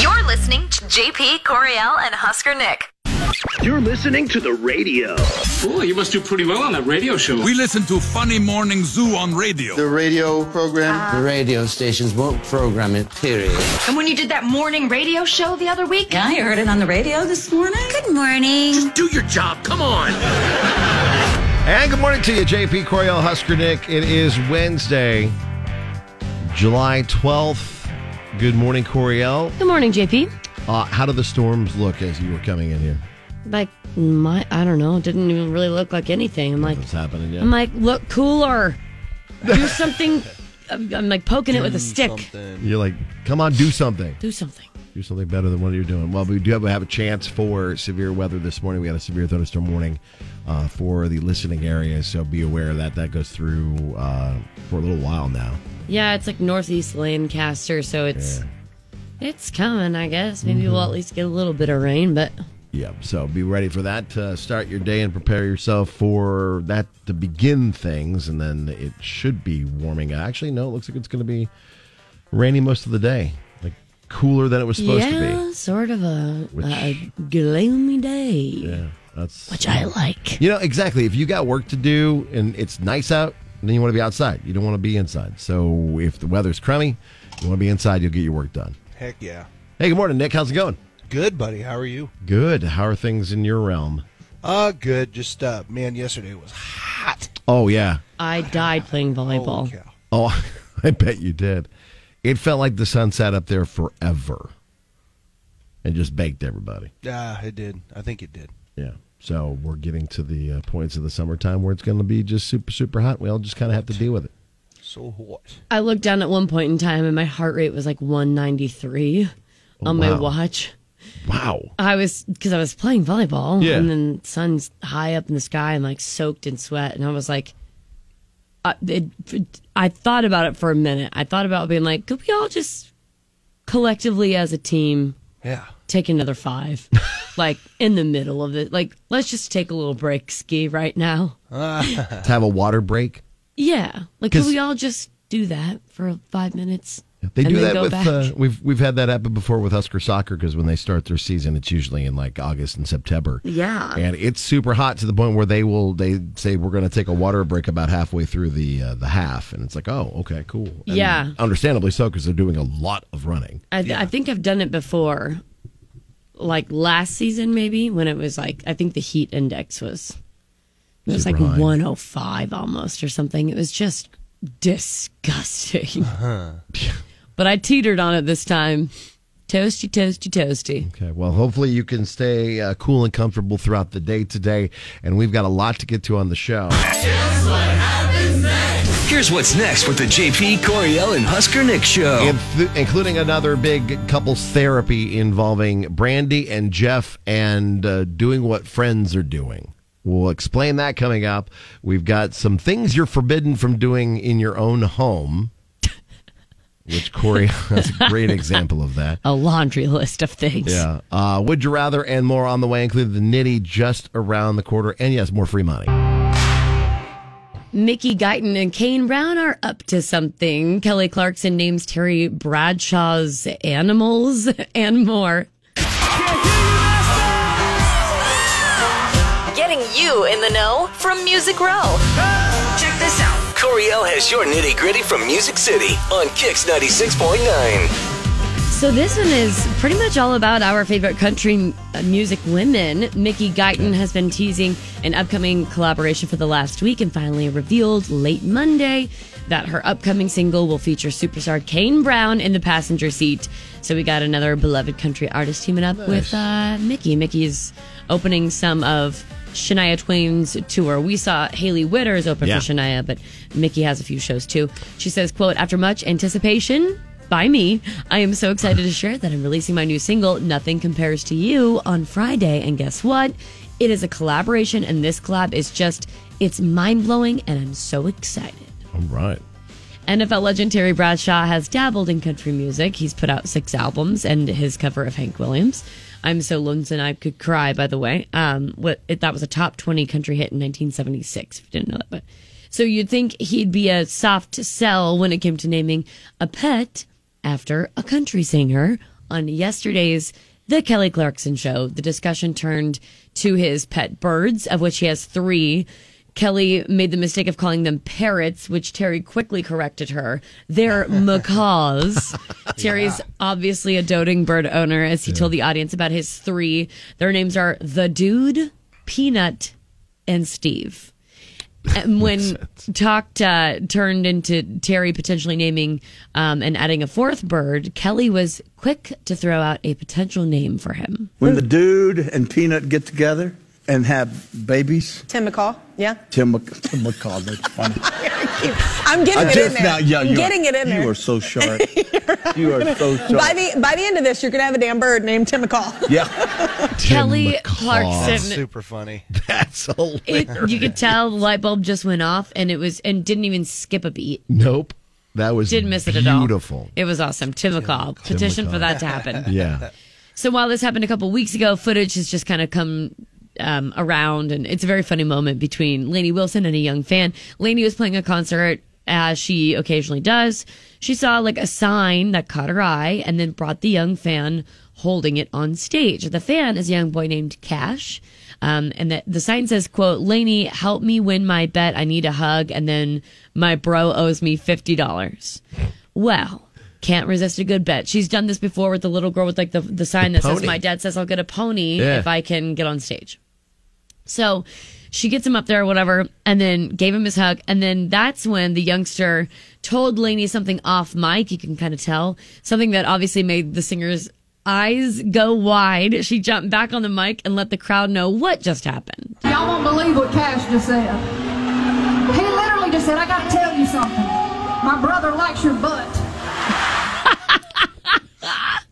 You're listening to JP Coriel and Husker Nick. You're listening to the radio. Ooh, you must do pretty well on that radio show. We listen to Funny Morning Zoo on radio. The radio program. Uh, The radio stations won't program it, period. And when you did that morning radio show the other week, I heard it on the radio this morning. Good morning. do your job. Come on. And good morning to you, JP Coriel Husker Nick. It is Wednesday, July 12th. Good morning, Coriel. Good morning, JP. Uh, how do the storms look as you were coming in here? Like my, I don't know. It didn't even really look like anything. I'm like, What's happening? Yeah. I'm like, look cooler. Do something. I'm I'm like poking it with a stick. You're like, come on, do something. Do something. Do something better than what you're doing. Well, we do have, have a chance for severe weather this morning. We had a severe thunderstorm warning uh, for the listening area, so be aware of that. That goes through uh, for a little while now. Yeah, it's like northeast Lancaster, so it's it's coming. I guess maybe Mm-hmm. we'll at least get a little bit of rain, but Yep. So be ready for that. Uh, start your day and prepare yourself for that to begin things, and then it should be warming. Actually, no, it looks like it's going to be rainy most of the day, like cooler than it was supposed yeah, to sort of a, Which- a gloomy day, be. Yeah, that's which I like. you know exactly. If you got work to do and it's nice out, then you want to be outside. You don't want to be inside. So if the weather's crummy, you want to be inside. You'll get your work done. Heck yeah. Hey, good morning, Nick. How's it going? Good, buddy. How are you? Good. How are things in your realm? Uh, good. Just, uh, man, yesterday was hot. Oh yeah, I died playing volleyball. Holy cow. Oh, I bet you did. It felt like the sun sat up there forever and just baked everybody. Yeah, Ah, it did. I think it did. Yeah. So we're getting to the uh, points of the summertime where it's going to be just super, super hot. We all just kind of have to deal with it. So hot. I looked down at one point in time and my heart rate was like 193 on my Oh, wow. watch. Wow. I was because I was playing volleyball, Yeah. and then sun's high up in the sky and like soaked in sweat, and I was like, I, it, I thought about it for a minute. I thought about being like, could we all just collectively as a team Yeah. take another five, like in the middle of it, like let's just take a little break ski right now. Let's have a water break. Yeah, like could 'Cause- we all just do that for five minutes? They and do then that go with back? uh, we've we've had that happen before with Husker soccer because when they start their season, it's usually in like August and September. Yeah. and it's super hot to the point where they will they say we're going to take a water break about halfway through the uh, the half, and it's like oh okay cool And Yeah. understandably so because they're doing a lot of running. I, I think I've done it before, like last season maybe when it was like I think the heat index was it was Super like high. 105 almost or something. It was just disgusting. but I teetered on it this time. Toasty, toasty, toasty. Okay, well, hopefully you can stay uh, cool and comfortable throughout the day today, and we've got a lot to get to on the show. Here's what's next with the JP Coriel and Husker Nick show. Inf- including another big couples therapy involving Brandy and Jeff and uh, doing what friends are doing. We'll explain that coming up. We've got some things you're forbidden from doing in your own home, which Corey has a great example of that. A laundry list of things. Yeah. Uh, would you rather and more on the way, including the nitty just around the quarter. And yes, more free money. Mickey Guyton and Kane Brown are up to something. Kelly Clarkson names Terry Bradshaw's animals and more. Getting you in the know from Music Row. Check this out. Coriel has your nitty gritty from Music City on Kix 96.9. So this one is pretty much all about our favorite country m- uh, music women. Mickey Guyton has been teasing an upcoming collaboration for the last week and finally revealed late Monday that her upcoming single will feature superstar Kane Brown in the passenger seat. So we got another beloved country artist teaming up with uh, Mickey. Mickey's opening some of Shania Twain's tour. We saw Haley Witters open Yeah. for Shania, but Mickey has a few shows too. She says, quote, after much anticipation by me, I am so excited to share that I'm releasing my new single, Nothing Compares to You, on Friday. And guess what? It is a collaboration, and this collab is just, it's mind blowing, and I'm so excited. All right. NFL legend Terry Bradshaw has dabbled in country music. He's put out six albums and his cover of Hank Williams. I'm so lonesome I could cry. By the way, um, what it, that was a top twenty country hit in 1976. If you didn't know that, but so you'd think he'd be a soft sell when it came to naming a pet after a country singer on yesterday's The Kelly Clarkson Show. The discussion turned to his pet birds, of which he has three. Kelly made the mistake of calling them parrots, which Terry quickly corrected her. They're macaws. Terry's obviously a doting bird owner, as he told the audience about his three. Their names are The Dude, Peanut, and Steve. And when talked uh, turned into Terry potentially naming um, and adding a fourth bird, Kelly was quick to throw out a potential name for him. When the dude and Peanut get together and have babies. Tim McCall, yeah. Tim, Mc- Tim McCall, that's funny. I'm getting I it in just there. now- yeah, you getting are, it in there. You are so sharp. you are so sharp. By the by the end of this, you're gonna have a damn bird named Tim McCall. yeah. Kelly McCall. Clarkson. Super funny. That's It, hilarious. you could tell the light bulb just went off, and it was and didn't even skip a beat. nope. That was Didn't miss it at all. beautiful. It was awesome. Tim McCall. Petition for that to happen. Yeah. So while this happened a couple weeks ago, footage has just kind of come um, around, and it's a very funny moment between Lainey Wilson and a young fan. Lainey was playing a concert as she occasionally does. She saw like a sign that caught her eye, and then brought the young fan holding it on stage. The fan is a young boy named Cash. Um, and the, the sign says, quote, Lainey, help me win my bet. I need a hug. And then my bro owes me $50. Well, can't resist a good bet. She's done this before with the little girl with like the, the sign The that says, pony. my dad says I'll get a pony Yeah. if I can get on stage. So she gets him up there or whatever, and then gave him his hug. And then that's when the youngster told Lainey something off mic. You can kind of tell something that obviously made the singer's eyes go wide. She jumped back on the mic and let the crowd know what just happened. Y'all won't believe what Cash just said. He literally just said, I gotta tell you something. My brother likes your butt.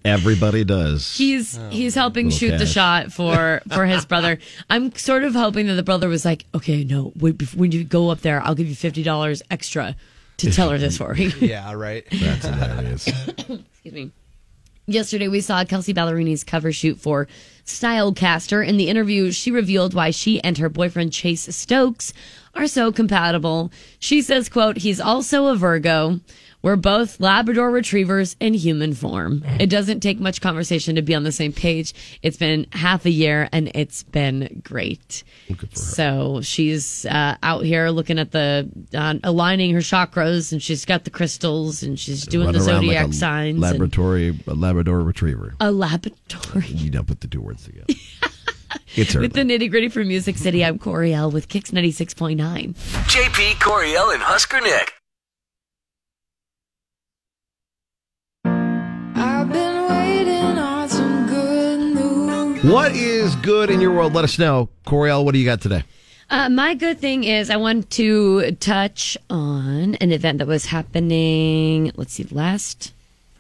Everybody does. He's he's helping Little shoot the Cash. shot for for his brother. I'm sort of hoping that the brother was like, okay, no, wait, bef- when you go up there, I'll give you fifty dollars extra to tell her this story. Yeah, right. That's hilarious. excuse me. Yesterday, we saw Kelsey Ballerini's cover shoot for Stylecaster. In the interview, she revealed why she and her boyfriend Chase Stokes are so compatible. She says, "quote He's also a Virgo. We're both Labrador retrievers in human form. It doesn't take much conversation to be on the same page. It's been half a year, and it's been great. So she's uh, out here looking at the uh, aligning her chakras, and she's got the crystals, and she's doing Run the around like zodiac a signs. and- Laboratory, a Labrador retriever. a laboratory. You don't put the two words together. it's early. With the nitty gritty for Music City, I'm Corey L with Kix 96.9. JP Coriel and Husker Nick. What is good in your world? Let us know. Coriel, what do you got today? Uh, my good thing is, I want to touch on an event that was happening, let's see, last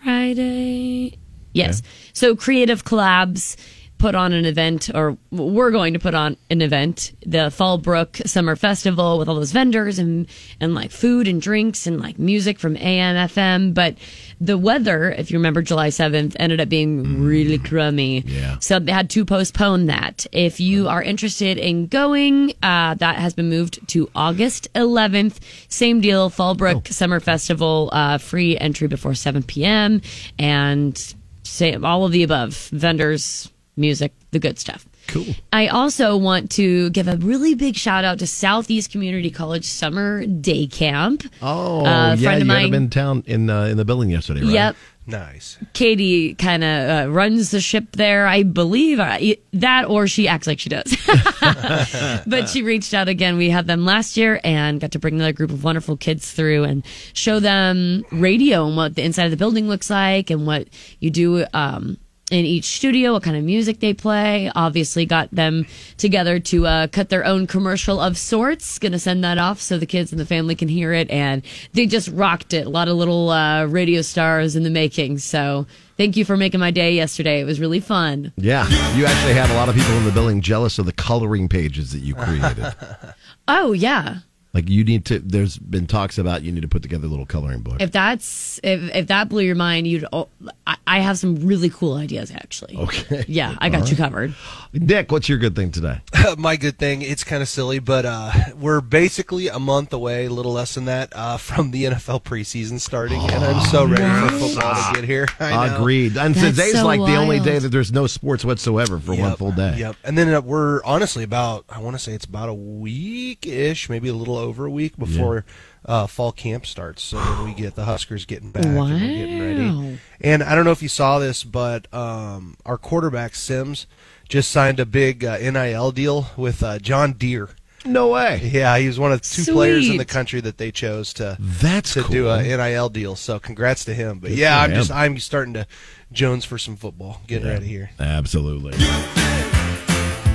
Friday. Yes. So Creative Collabs put on an event, or we're going to put on an event, the Fallbrook Summer Festival with all those vendors and, and like food and drinks and like music from AM, FM. But the weather, if you remember July 7th, ended up being really crummy. Yeah. So they had to postpone that. If you are interested in going, uh, that has been moved to August 11th. Same deal, Fallbrook Summer Festival, uh, free entry before 7 p.m. And same, all of the above vendors, music, the good stuff. Cool. I also want to give a really big shout out to Southeast Community College Summer Day Camp. Oh, Uh, yeah, friend you of had him mine- in town in uh, in the building yesterday, right? Yep. Nice. Katie kind of uh, runs the ship there, I believe. I, that or she acts like she does. but she reached out again. We had them last year and got to bring another group of wonderful kids through and show them radio and what the inside of the building looks like and what you do um, in each studio, what kind of music they play. Obviously, got them together to uh, cut their own commercial of sorts. Gonna send that off so the kids and the family can hear it. And they just rocked it. A lot of little uh, radio stars in the making. So thank you for making my day yesterday. It was really fun. Yeah. You actually had a lot of people in the building jealous of the coloring pages that you created. Oh yeah. Like you need to. There's been talks about you need to put together a little coloring book. If that's if, if that blew your mind, you'd. al- I, I have some really cool ideas actually. Okay. Yeah, I got All you right. covered. Nick, what's your good thing today? my good thing. It's kind of silly, but uh, we're basically a month away, a little less than that, uh, from the NFL preseason starting, and I'm so ready for football to get here. I know. Agreed. And That's today's so like the only wild. day that there's no sports whatsoever for one Yep, full day. Yep. And then uh, we're honestly about, I want to say it's about a week ish, maybe a little over a week before uh, fall camp starts. So then we get the Huskers getting back and we're getting Wow. ready. And I don't know if you saw this, but um, our quarterback, Sims, just signed a big uh, NIL deal with uh, John Deere. No way. Yeah, he was one of two players in the Sweet. country that they chose to That's to do cool. a NIL deal. So congrats to him. But Good yeah, for I'm just him. I'm starting to Jones for some football. Getting Yeah, ready here. Absolutely.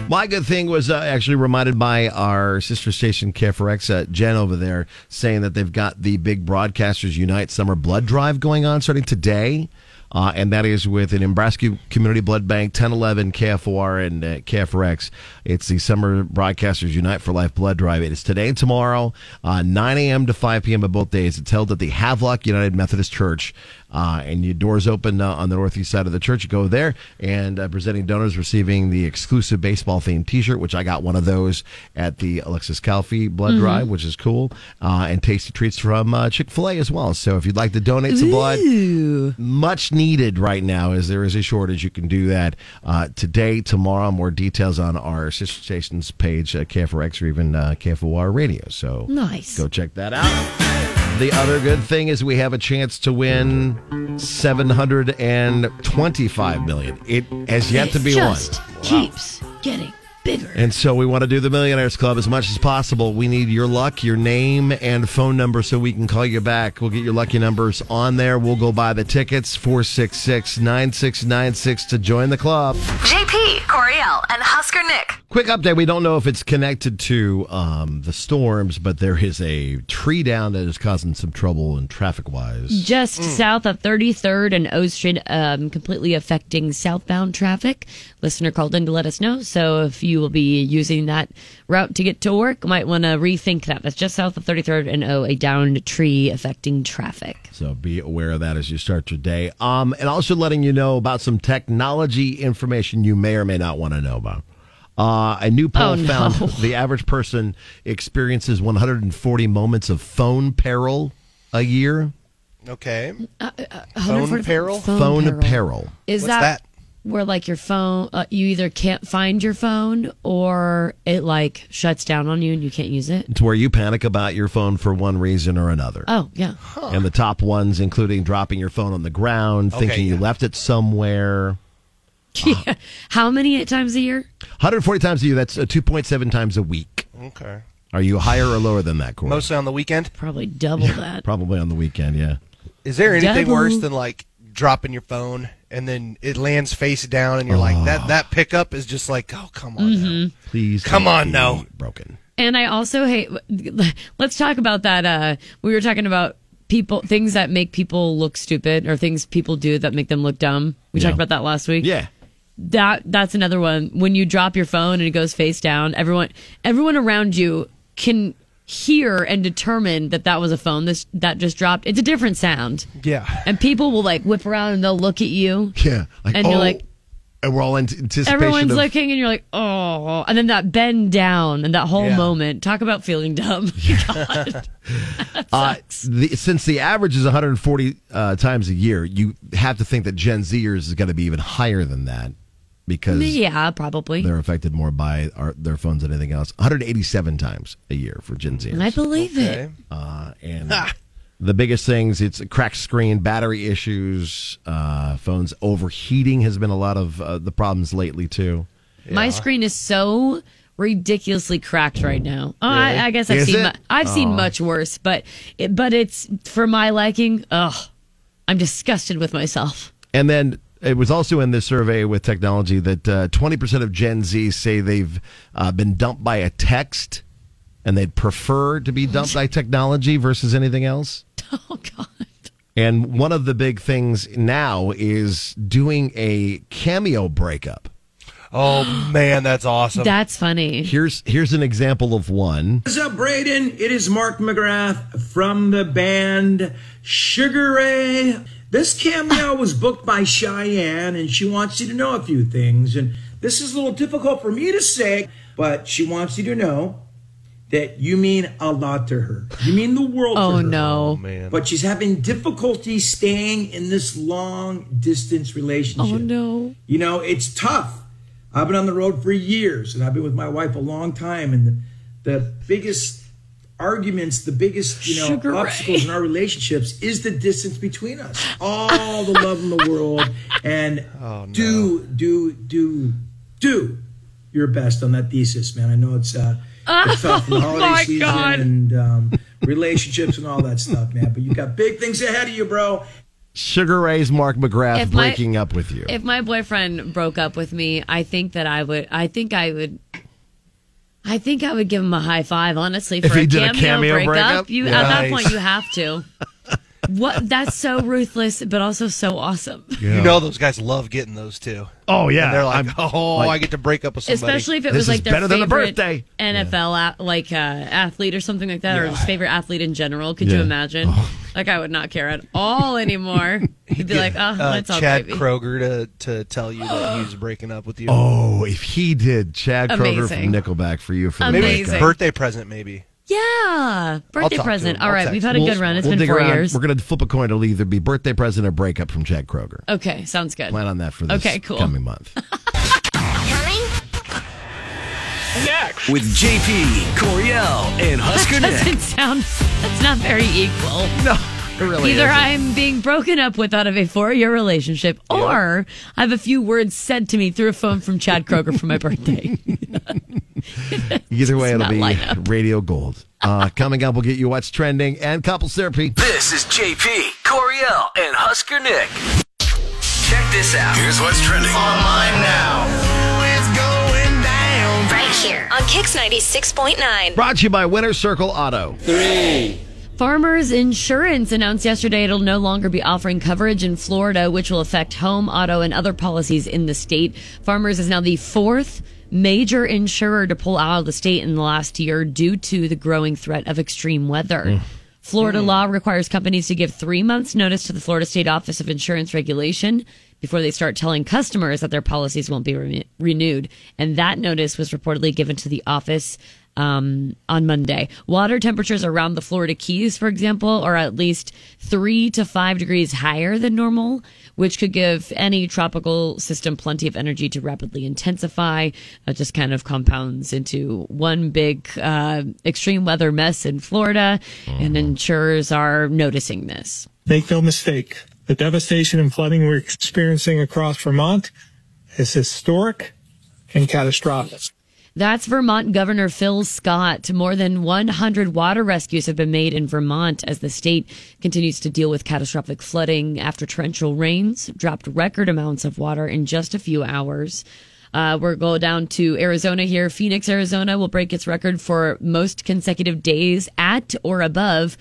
My good thing was uh, actually reminded by our sister station KFRX, uh, Jen over there, saying that they've got the big Broadcasters Unite Summer Blood Drive going on starting today. Uh, and that is with an Nebraska Community Blood Bank, 1011 KFOR and uh, KFRX. It's the Summer Broadcasters Unite for Life Blood Drive. It is today and tomorrow, uh, 9 a.m. to 5 p.m. at both days. It's held at the Havelock United Methodist Church. Uh, and your doors open uh, on the northeast side of the church. You go there, and uh, presenting donors receiving the exclusive baseball themed t shirt, which I got one of those at the Alexis Calfee Blood Mhm. Drive, which is cool, uh, and tasty treats from uh, Chick fil A as well. So if you'd like to donate some blood, much needed right now as there is a shortage, you can do that uh, today, tomorrow. More details on our sister stations page, uh, KFRX or even uh, KFOR Radio. So Nice. go check that out. The other good thing is we have a chance to win 725 million. It has yet to be Just won. keeps getting bigger. And so we want to do the Millionaires Club as much as possible. We need your luck, your name, and phone number so we can call you back. We'll get your lucky numbers on there. We'll go buy the tickets 466 9696 to join the club. JP, Coriel, and Husker Nick. Quick update. We don't know if it's connected to um, the storms, but there is a tree down that is causing some trouble and traffic wise. Just Mm. south of 33rd and O Street, um, completely affecting southbound traffic. Listener called in to let us know. So if you will be using that route to get to work, might want to rethink that. That's just south of 33rd and O, a downed tree affecting traffic. So be aware of that as you start your day. Um, and also letting you know about some technology information you may or may not want to know about. Uh, a new poll Oh, no. found the average person experiences 140 moments of phone peril a year. Okay. phone 140 peril. Phone, peril. Is What's that, that? where like your phone, uh, you either can't find your phone or it like shuts down on you and you can't use it? It's where you panic about your phone for one reason or another. Oh, yeah. And the top ones, including dropping your phone on the ground, Okay, thinking you left it somewhere. How many times a year? 140 times a year, that's uh, 2.7 times a week. Okay. Are you higher or lower than that, Corey? Mostly on the weekend. Probably double that. Probably on the weekend, yeah. Is there anything Double. worse than like dropping your phone and then it lands face down and you're like Oh. that that pickup is just like oh come on now. please come don't on be now broken Mm-hmm. And I also hate. Let's talk about that. Uh, we were talking about people, things that make people look stupid, or things people do that make them look dumb. We Yeah. talked about that last week. Yeah. That that's another one. When you drop your phone and it goes face down, everyone everyone around you can hear and determine that that was a phone this, that just dropped. It's a different sound, yeah and people will like whip around and they'll look at you. Yeah, and you're like, and we're all in anticipation. Everyone's of, looking, and you're like, oh. And then that bend down and that whole Yeah. moment. Talk about feeling dumb. God. uh, the, since the average is 140 uh, times a year, you have to think that Gen Zers is going to be even higher than that because yeah, probably. they're affected more by our, their phones than anything else. 187 times a year for Gen Zers. And I believe it. Uh, and the biggest things it's a cracked screen, battery issues, uh, phones overheating has been a lot of uh, the problems lately too. My screen is so ridiculously cracked right now. Oh, I, I guess I've Is seen it? mu- I've seen Aw. much worse, but it, but it's for my liking. Ugh, I'm disgusted with myself. And then it was also in this survey with technology that uh, twenty percent of Gen Z say they've uh, been dumped by a text, and they'd prefer to be dumped by technology versus anything else. Oh God! And one of the big things now is doing a cameo breakup. Oh man, that's awesome. That's funny. Here's here's an example of one. What's up, Braden? It is Mark McGrath from the band Sugar Ray. This cameo was booked by Cheyenne, and she wants you to know a few things. And this is a little difficult for me to say, but she wants you to know that you mean a lot to her. You mean the world Oh, to her. no. Oh, man. But she's having difficulty staying in this long distance relationship. Oh, no. You know, it's tough. I've been on the road for years and I've been with my wife a long time and the, the biggest arguments, the biggest, you know, Sugar Ray. obstacles in our relationships is the distance between us. All the love in the world and Oh, do do do do your best on that thesis, man. I know it's uh it's tough in the Oh, holiday my season God. and um, relationships and all that stuff, man. But you got big things ahead of you, bro. Sugar Ray's Mark McGrath If my- breaking up with you. If my boyfriend broke up with me, I think that I would. I think I would. I think I would give him a high five, honestly, for If he a, did a cameo cameo breakup. breakup? You Yeah. at that Nice. point, you have to. what? That's so ruthless, but also so awesome. You know those guys love getting those too. Oh, yeah. And they're like, I'm- oh, like- I get to break up with somebody. Especially if it was like their favorite NFL a- like uh, athlete or something like that, or Yeah. just favorite athlete in general. Could you Yeah. imagine? Oh. Like I would not care at all anymore. He'd be like, "Oh, uh, that's all, Chad baby." Kroger to to tell you that he was breaking up with you. Oh, if he did, Chad Kroger Amazing. from Nickelback for you for the maybe breakup. birthday present, maybe. yeah, birthday I'll talk to present. him. All I'll right, text we've had a him. good run. It's We'll been dig four around. years. We're going to flip a coin. It'll either be birthday present or breakup from Chad Kroger. Okay, sounds good. Plan on that for this Okay, cool. coming month. Next. With JP, Coriel, and Husker that Nick. doesn't sound. That's not very equal. No, really Either isn't. I'm being broken up with out of a four-year relationship, or I have a few words said to me through a phone from Chad Kroger for my birthday. Either way, it'll not be line radio gold. Uh, coming up, we'll get you what's trending and couples therapy. This is JP, Coriel, and Husker Nick. Check this out. Here's what's trending online now. It's going down. Right here on Kix 96.9. Brought to you by Winter Circle Auto. Three. Farmers Insurance announced yesterday it'll no longer be offering coverage in Florida, which will affect home, auto, and other policies in the state. Farmers is now the fourth major insurer to pull out of the state in the last year due to the growing threat of extreme weather. Florida law requires companies to give three months' notice to the Florida State Office of Insurance Regulation before they start telling customers that their policies won't be re- renewed. And that notice was reportedly given to the office um, on Monday. Water temperatures around the Florida Keys, for example, are at least three to five degrees higher than normal, which could give any tropical system plenty of energy to rapidly intensify. It just kind of compounds into one big uh, extreme weather mess in Florida, and insurers are noticing this. Make no mistake, the devastation and flooding we're experiencing across Vermont is historic and catastrophic. That's Vermont Governor Phil Scott. More than 100 water rescues have been made in Vermont as the state continues to deal with catastrophic flooding after torrential rains dropped record amounts of water in just a few hours. Uh, we're going down to Arizona here. Phoenix, Arizona will break its record for most consecutive days at or above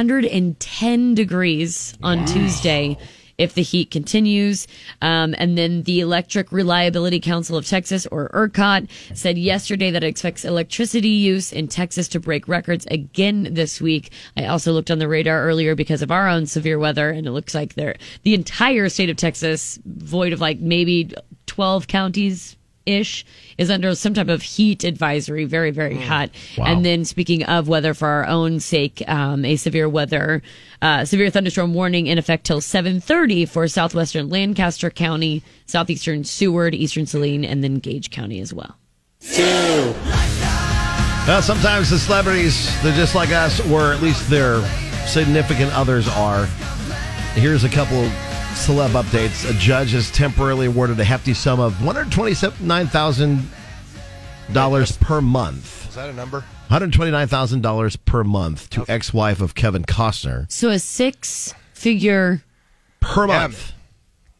110 degrees on Wow. Tuesday if the heat continues. Um, and then the Electric Reliability Council of Texas, or ERCOT, said yesterday that it expects electricity use in Texas to break records again this week. I also looked on the radar earlier because of our own severe weather, and it looks like they're, the entire state of Texas, void of like maybe 12 counties. Ish is under some type of heat advisory, very, very hot. And then, speaking of weather, for our own sake, um, a severe weather, uh, severe thunderstorm warning in effect till 7:30 for southwestern Lancaster County, southeastern Seward, eastern Saline, and then Gage County as well. Two. Well, sometimes the celebrities, they're just like us, or at least their significant others are. Here's a couple of celeb updates. A judge has temporarily awarded a hefty sum of $129,000 per month. Is that a number? $129,000 per month to ex wife of Kevin Costner. So a six-figure per month.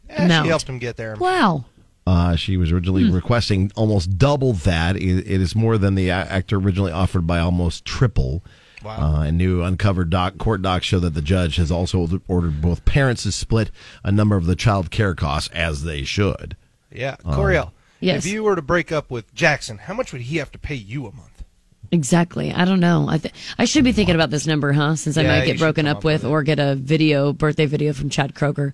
Yeah, amount. Eh, she helped him get there. Wow. Uh, she was originally Hmm. requesting almost double that. It, it is more than the a- actor originally offered by almost triple. Wow. Uh, and new uncovered doc, court docs show that the judge has also ordered both parents to split a number of the child care costs as they should. Yeah, Um, Coriel. Yes. If you were to break up with Jackson, how much would he have to pay you a month? Exactly. I don't know. I th- I should be thinking about this number, huh? Since I Yeah, might you get should broken come up up with, or get a video birthday video from Chad Kroger.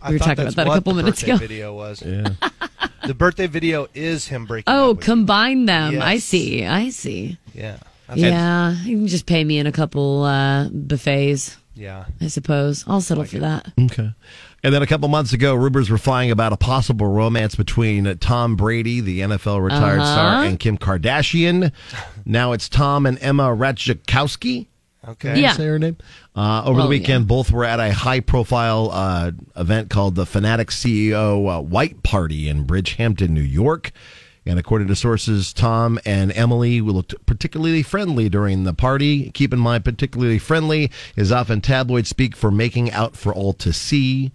I We were thought talking about that's that a what couple the minutes birthday ago. Video was. the birthday video is him breaking. Oh, combine them. I Yes. see. I see. Yeah. That's- Yeah. You can just pay me in a couple uh, buffets. Yeah. I suppose. I'll settle for that. Okay. And then a couple months ago, rumors were flying about a possible romance between uh, Tom Brady, the NFL retired Uh-huh. star, and Kim Kardashian. Now it's Tom and Emma Ratajkowski. Okay. Did I Yeah. Say her name. Uh, over Well, the weekend, both were at a high-profile uh, event called the Fanatic CEO uh, White Party in Bridgehampton, New York. And according to sources, Tom and Emily looked particularly friendly during the party. Keep in mind, particularly friendly is often tabloid speak for making out for all to see.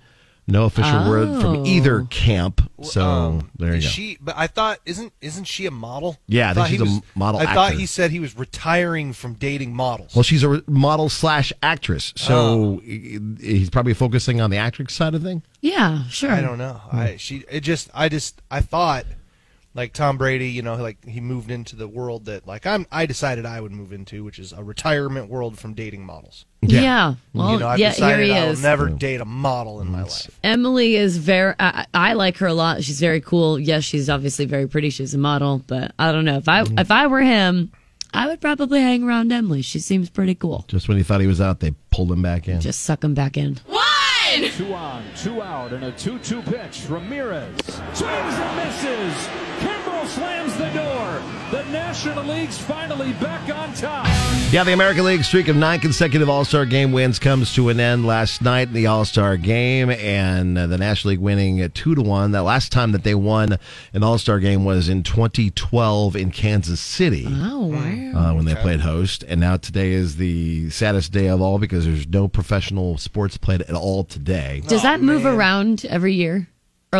No official word Oh. from either camp. So there you oh. Is go. She, but I thought isn't isn't she a model? Yeah, I think thought he she's a was- model I thought actor. he said he was retiring from dating models. Well, she's a model slash actress, Oh. so he- he's probably focusing on the actress side of thing. Yeah, sure. I don't know. I she it just I just I thought like Tom Brady, you know, like he moved into the world that like I'm I decided I would move into, which is a retirement world from dating models. Yeah. Yeah. Well, you know, I've yeah, here decided he I'll is. never date a model in my life. Emily is very. I, I like her a lot. She's very cool. Yes, she's obviously very pretty. She's a model, but I don't know if I Mm-hmm. if I were him, I would probably hang around Emily. She seems pretty cool. Just when he thought he was out, they pulled him back in. Just suck him back in. One! Two on, two out, and a 2 2 pitch. Ramirez swings and misses. Kimbrell slams the door. The National League's finally back on top. Yeah, the American League streak of nine consecutive All Star game wins comes to an end last night in the All Star game, and uh, the National League winning uh, two to one. That last time that they won an All Star game was in 2012 in Kansas City. Mm. Oh wow! Uh, when they played host, and now today is the saddest day of all because there's no professional sports played at all today. Does that move around every year, or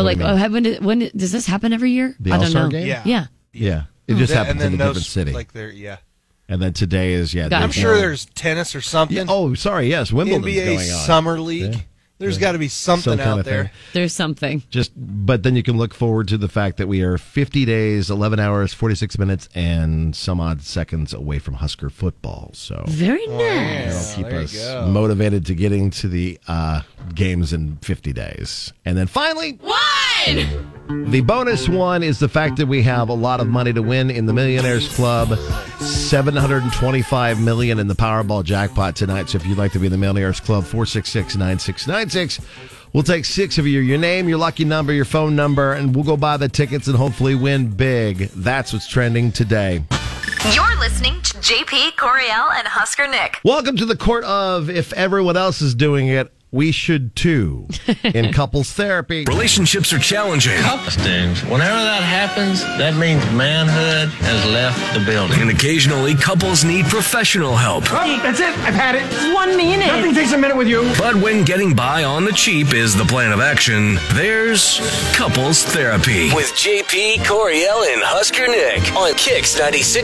Oh, What like do you mean? oh, when did, when did- does this happen every year? The I don't All-Star know. game? Yeah. Yeah. yeah. Yeah, it just And happens then in a no different s- city. Like there, yeah. and then today is yeah. Got I'm there's sure no- there's tennis or something. oh, sorry, yes, Wimbledon's NBA going on. summer league. Yeah. There's got to be something Some kind out of there. thing. There's something. just but then you can look forward to the fact that we are 50 days 11 hours 46 minutes and some odd seconds away from husker football so Very nice keep there you us go. motivated to getting to the uh, games in 50 days and then finally One. the bonus one is the fact that we have a lot of money to win in the Millionaires Club. 725 million in the Powerball jackpot tonight. So if you'd like to be in the Millionaires Club, 466-9696. We'll take six of you, your name, your lucky number, your phone number, and we'll go buy the tickets and hopefully win big. That's what's trending today. You're listening to JP Coriel and Husker Nick. Welcome to the court of if everyone else is doing it, we should too. In couples therapy. Relationships are challenging. Dudes, whenever that happens, that means manhood has left the building. And occasionally, couples need professional help. that's it. I've had it. One minute. Nothing takes a minute with you. But when getting by on the cheap is the plan of action, there's couples therapy. With JP, Coriel, and Husker Nick on Kicks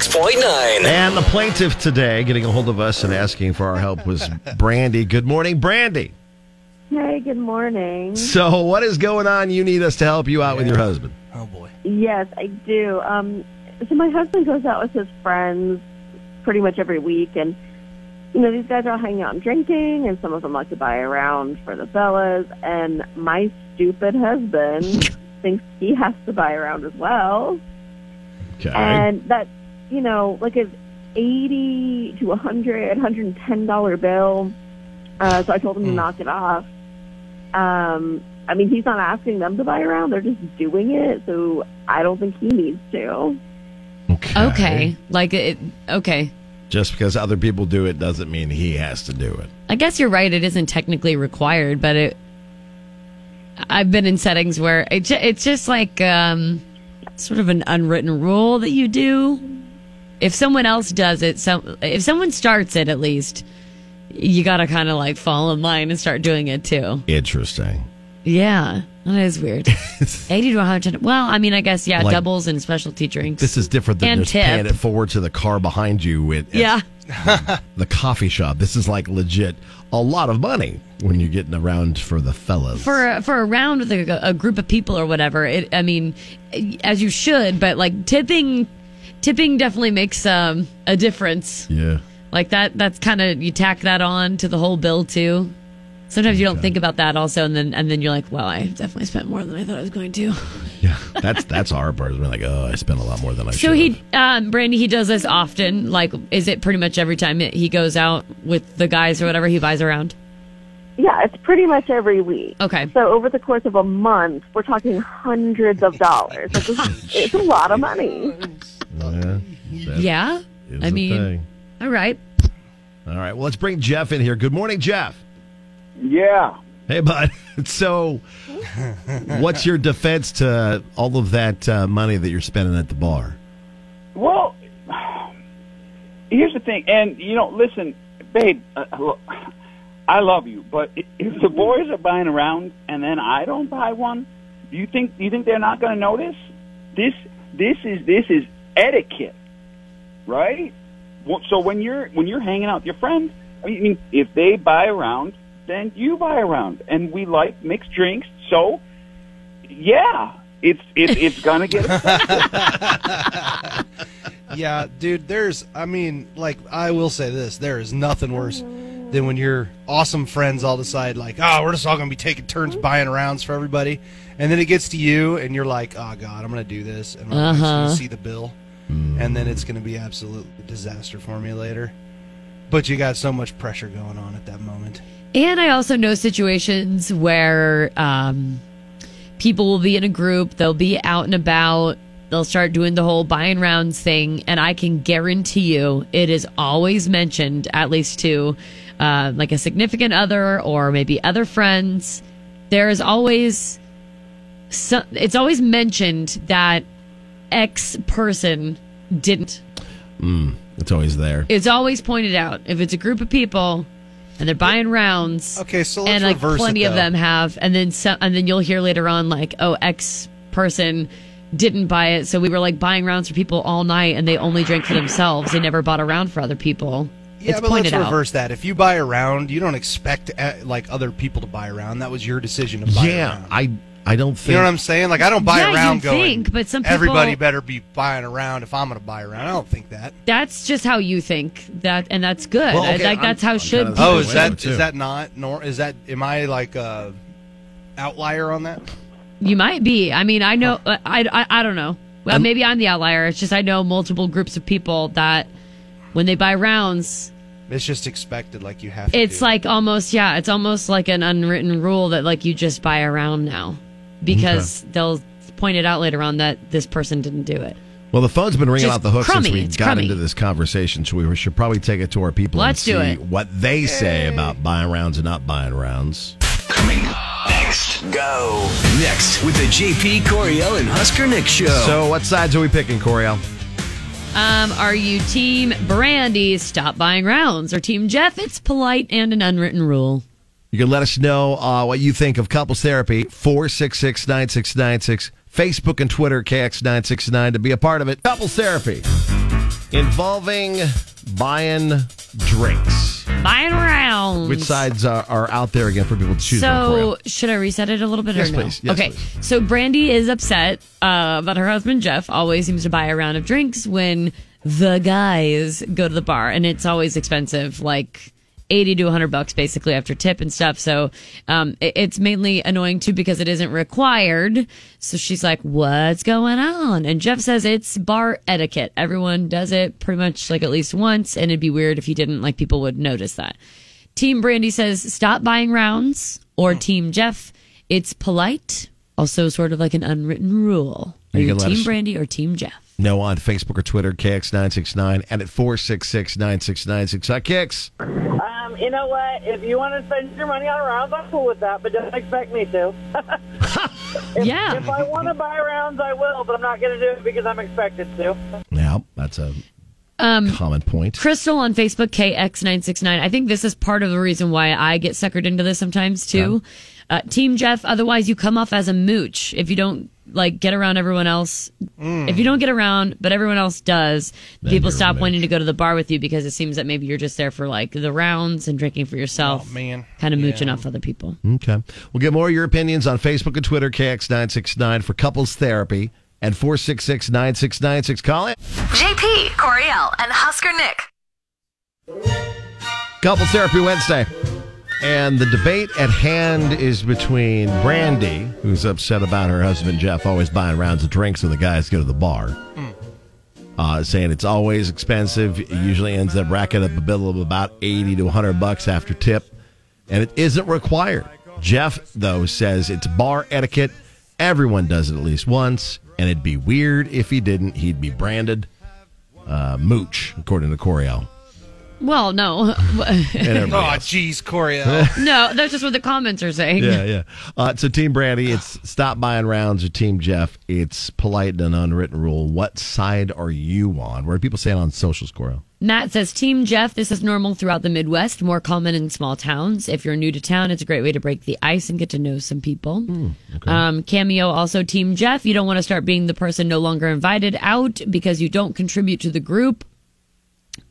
96.9. And the plaintiff today getting a hold of us and asking for our help was Brandy. Good morning, Brandy. Hey, good morning. So, what is going on? You need us to help you out with your husband. Yes, I do. Um, so my husband goes out with his friends pretty much every week, and you know these guys are all hanging out and drinking, and some of them like to buy around for the fellas, and my stupid husband thinks he has to buy around as well, Okay. Uh, and that you know like an eighty to a hundred, hundred and ten dollar bill. Uh, so I told him to knock it off. Um, I mean, he's not asking them to buy around; they're just doing it. So I don't think he needs to. Okay. Like it. Okay. Just because other people do it doesn't mean he has to do it. I guess you're right. It isn't technically required, but it. I've been in settings where it ju- it's just like um, sort of an unwritten rule that you do. If someone else does it, some if someone starts it, at least you got to kind of like fall in line and start doing it too. Interesting. Yeah, that is weird. Eighty to one hundred. Well, I mean, I guess yeah, Like- doubles and specialty drinks. This is different than And just tip. paying it forward to the car behind you. It, yeah, the coffee shop. This is like legit a lot of money when you're getting around for the fellas. for a, for a round with a, a group of people or whatever. It, I mean, as you should, but like tipping, tipping definitely makes um, a difference. Yeah. Like that. That's kind of you tack that on to the whole bill too. Sometimes you don't think about that also, and then and then you're like, well, I definitely spent more than I thought I was going to. That's that's our part. We're like, oh, I spent a lot more than I So should. he, um, Brandy, he does this often. Like, is it pretty much every time he goes out with the guys or whatever he buys around? Yeah, it's pretty much every week. Okay. So over the course of a month, we're talking hundreds of dollars. It's, it's a lot of money. Yeah. that yeah, is I a mean, thing. all right. All right. Well, let's bring Jeff in here. Good morning, Jeff. Yeah. Hey, bud. So, what's your defense to all of that uh, money that you're spending at the bar? Well, here's the thing, and you know, listen, babe, uh, look, I love you, but i- if the boys are buying around and then I don't buy one, do you think do you think they're not going to notice? This this is this is etiquette, right? Well, So when you're when you're hanging out with your friends, I mean, if they buy around, then you buy around, and we like mixed drinks, so yeah, it's it, it's gonna get. yeah, dude, there's, I mean, like, I will say this there is nothing worse than when your awesome friends all decide, like, oh, we're just all going to be taking turns buying rounds for everybody. And then it gets to you, and you're like, oh, God, I'm going to do this. And I'm going Uh-huh. to see the bill. And then it's going to be absolute disaster for me later. But you got so much pressure going on at that moment. And I also know situations where um, people will be in a group, they'll be out and about, they'll start doing the whole buying rounds thing, and I can guarantee you it is always mentioned at least to uh, like a significant other or maybe other friends. There is always so, it's always mentioned that X person didn't Mm, it's always there. it's always pointed out if it's a group of people and they're buying rounds. Okay, so and like reverse it, plenty of though. them have, and then some, and then you'll hear later on like, oh, X person didn't buy it, so we were like buying rounds for people all night, and they only drank for themselves. They never bought a round for other people. Yeah, it's but pointed let's out. reverse that. If you buy a round, you don't expect uh, like other people to buy a round. That was your decision to buy. a round. Yeah, I I don't think You know what I'm saying? Like I don't buy Yeah, a round you'd going. think, but some people- everybody better be buying a round if I'm going to buy a round. I don't think that. That's just how you think that, and that's good. Well, okay, like I'm- that's how should. be. Oh, is that is that not nor is that am I like a outlier on that? You might be. I mean, I know. I, I, I don't know. Well, maybe I'm the outlier. It's just I know multiple groups of people that when they buy rounds, It's just expected like you have to. it's do. like almost yeah, it's almost like an unwritten rule that like you just buy a round now because they'll point it out later on that this person didn't do it. Well, the phone's been ringing Just out the hook crummy. since we It's got crummy. into this conversation, so we should probably take it to our people Let's do and see it. what they say about buying rounds and not buying rounds. Next, go. Next with the JP Coriel and Husker Nick show. So, what sides are we picking, Coriel? Um, are you team Brandy? Stop buying rounds, or team Jeff? It's polite and an unwritten rule. You can let us know uh, what you think of couples therapy. 466 9696. Facebook and Twitter, KX969, to be a part of it. Couples therapy involving buying drinks. Buying rounds. Which sides are, are out there again for people to choose from? Coriel? So should I reset it a little bit Yes, or no? please. Yes, okay. So Brandy is upset uh, about her husband Jeff always seems to buy a round of drinks when the guys go to the bar, and it's always expensive, like eighty to hundred bucks basically after tip and stuff. So um, it- it's mainly annoying too because it isn't required. So she's like, "What's going on?" And Jeff says it's bar etiquette. Everyone does it pretty much like at least once, and it'd be weird if you didn't. Like people would notice that. Team Brandy says, stop buying rounds. Or Team Jeff, it's polite. Also, sort of like an unwritten rule. Are You you, can let Team us- Brandy or Team Jeff? No on Facebook or Twitter, KX969, and at 466 9696. I kicks. Um, you know what? If you want to spend your money on rounds, I'm cool with that, but don't expect me to. if, yeah. If I want to buy rounds, I will, but I'm not going to do it because I'm expected to. Yeah, that's a Um, common point. Crystal on Facebook, KX969. I think this is part of the reason why I get suckered into this sometimes, too. Uh, Team Jeff, otherwise you come off as a mooch if you don't like get around everyone else. Mm. If you don't get around, but everyone else does, Then people you're a stop mooch. wanting to go to the bar with you because it seems that maybe you're just there for like the rounds and drinking for yourself. Oh, man. Kind of mooching Yeah. off other people. Okay. We'll get more of your opinions on Facebook and Twitter, KX969 for couples therapy and 466 9696. Call it. JP, Coriel, and Husker Nick. Couples Therapy Wednesday. And the debate at hand is between Brandy, who's upset about her husband Jeff always buying rounds of drinks when the guys go to the bar, uh, saying it's always expensive. It usually ends up racking up a bill of about 80 to 100 bucks after tip, and it isn't required. Jeff, though, says it's bar etiquette. Everyone does it at least once, and it'd be weird if he didn't. He'd be branded uh, mooch, according to Coriel. Well, no. everybody Oh, jeez, Coriel. no, that's just what the comments are saying. yeah, yeah. Uh, so Team Brandy, it's stop buying rounds, or Team Jeff, it's polite and an unwritten rule. What side are you on? Where people saying on social score? Matt says, Team Jeff, this is normal throughout the Midwest, more common in small towns. If you're new to town, it's a great way to break the ice and get to know some people. um, Cameo also, Team Jeff, you don't want to start being the person no longer invited out because you don't contribute to the group.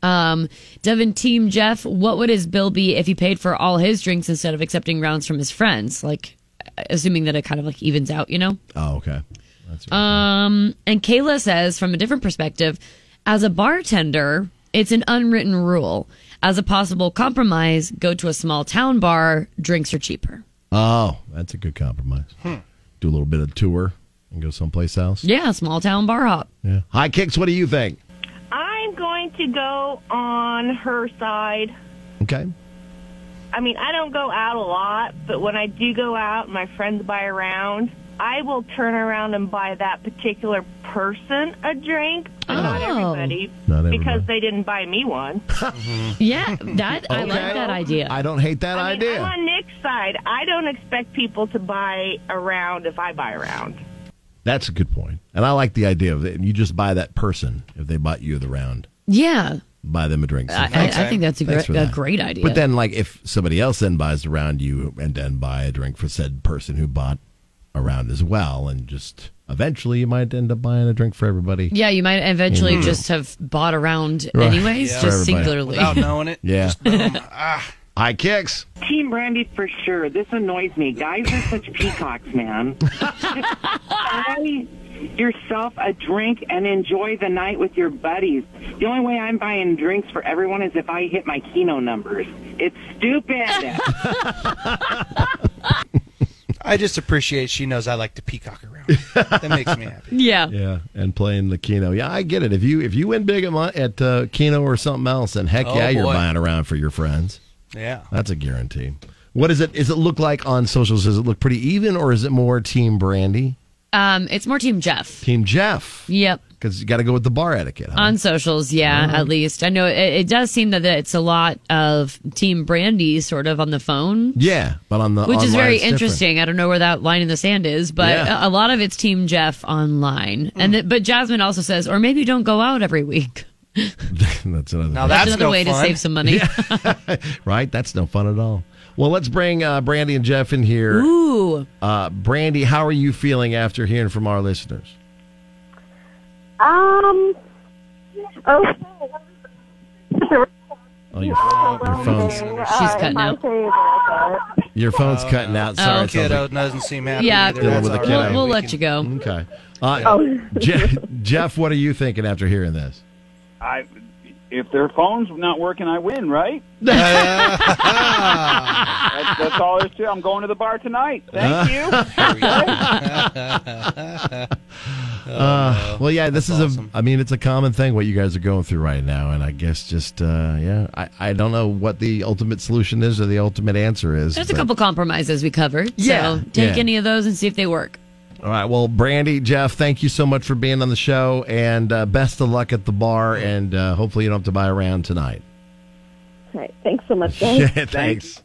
Um, Devin, Team Jeff, what would his bill be if he paid for all his drinks instead of accepting rounds from his friends? Like, assuming that it kind of like evens out, you know? Oh, okay. Um, and Kayla says, from a different perspective, as a bartender, it's an unwritten rule. As a possible compromise, go to a small town bar. Drinks are cheaper. Oh, that's a good compromise. Do a little bit of tour and go someplace else. Hmm. Yeah, small town bar hop. Yeah. Hi, Kicks. What do you think? I'm going to go on her side. Okay. I mean, I don't go out a lot, but when I do go out and my friends buy around, I will turn around and buy that particular person a drink, but not, Oh. everybody, Not everybody. Mm-hmm. because they didn't buy me one. yeah, that I like that idea. I don't hate that I mean, idea. I'm on Nick's side. I don't expect people to buy around if I buy around. That's a good point, and I like the idea of it. You just buy that person if they bought you the round. Yeah, Buy them a drink. I- I- Thanks, I Hank. think that's a Thanks gre- for a that. great idea. But then, like, if somebody else then buys the round, you and then buy a drink for said person who bought a round as well, and just eventually you might end up buying a drink for everybody. yeah, you might eventually Mm. just have bought around Right. anyways, Yeah. For just everybody. singularly. Without knowing it. Yeah. Just ah, High kicks. Team Brandy for sure. This annoys me. Guys are such peacocks, man. Buy yourself a drink and enjoy the night with your buddies. The only way I'm buying drinks for everyone is if I hit my Keno numbers. It's stupid. I just appreciate she knows I like to peacock around. That makes me happy. Yeah. Yeah, and playing the Keno. Yeah, I get it. If you if you win big at, mon- at uh, Keno or something else, then heck Oh, yeah, you're boy. buying around for your friends. Yeah. That's a guarantee. What is it? Is it look like on socials? Does it look pretty even, or is it more Team Brandy, Um, it's more Team Jeff. Team Jeff? Yep. Because you got to go with the bar etiquette. huh? On socials, yeah, at least I know it, it does seem that it's a lot of Team Brandy sort of on the phone Yeah, but on the which is online, very it's different. interesting. I don't know where that line in the sand is, but Yeah. a lot of it's Team Jeff online. And th- but Jasmine also says, or maybe don't go out every week. that's another. Now That's that's another no way to fun. save some money. Yeah. right? That's no fun at all. Well, let's bring uh, Brandy and Jeff in here. Ooh, uh, Brandy, how are you feeling after hearing from our listeners? Um. Okay. Oh, your, your phone's She's cutting out. your phone's cutting out. Oh, Sorry, it sounds kiddo like- doesn't seem happy. yeah, either. Dealing That's with a all kiddo. right. we'll, we'll let you go. Okay. Uh, Oh. Jeff, Jeff, what are you thinking after hearing this? I, if their phone's not working, I win, right? that's, that's all there's to. it. I'm going to the bar tonight. Thank you. Uh, well, yeah, this is a. I mean, it's a common thing what you guys are going through right now, and I guess just uh, yeah, I, I don't know what the ultimate solution is or the ultimate answer is. There's a but- couple compromises we covered. Yeah. so take Yeah. any of those and see if they work. All right, well, Brandy, Jeff, thank you so much for being on the show, and uh, best of luck at the bar, and uh, hopefully you don't have to buy a round tonight. All right. Thanks so much, guys. Yeah, thanks.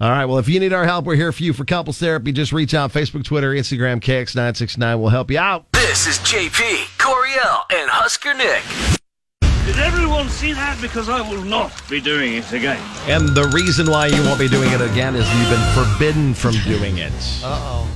All right. Well, if you need our help, we're here for you for couples therapy. Just reach out Facebook, Twitter, Instagram, KX969. We'll help you out. This is JP, Coriel, and Husker Nick. Did everyone see that? Because I will not be doing it again. And the reason why you won't be doing it again is you've been forbidden from doing it. Uh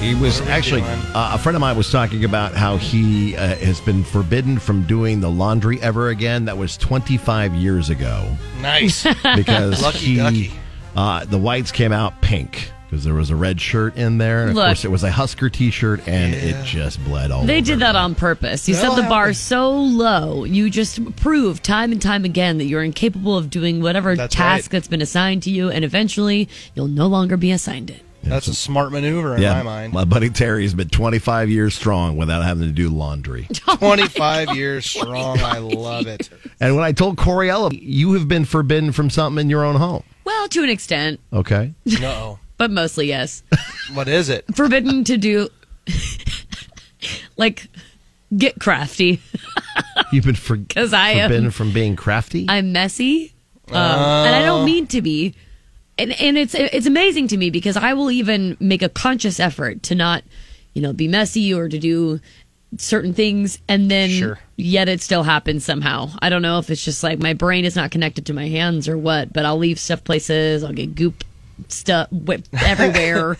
He was What are we actually doing? uh, a friend of mine was talking about how he uh, has been forbidden from doing the laundry ever again. That was 25 years ago. oh. Nice. because Lucky he, ducky. Uh, the whites came out pink because there was a red shirt in there. And of Look. course, it was a Husker T-shirt, and it just bled all. They did that on purpose. You set That'll the bar so low, you just prove time and time again that you're incapable of doing whatever That's task right. that's been assigned to you, and eventually you'll no longer be assigned it. That's a smart maneuver in yeah, my mind. my buddy Terry's been 25 years strong without having to do laundry. Oh 25 years strong. I love it. and when I told Coriella, you have been forbidden from something in your own home. Well, to an extent, Okay. No. but mostly yes. What is it? Forbidden to do, like, get crafty You've been for- 'Cause I am- forbidden from being crafty. I'm messy, um, and I don't Oh. mean to be. And and it's it's amazing to me because I will even make a conscious effort to not, you know, be messy or to do certain things, and then Sure. yet it still happens somehow. I don't know if it's just like my brain is not connected to my hands or what, but I'll leave stuff places. I'll get goop stuff whip everywhere.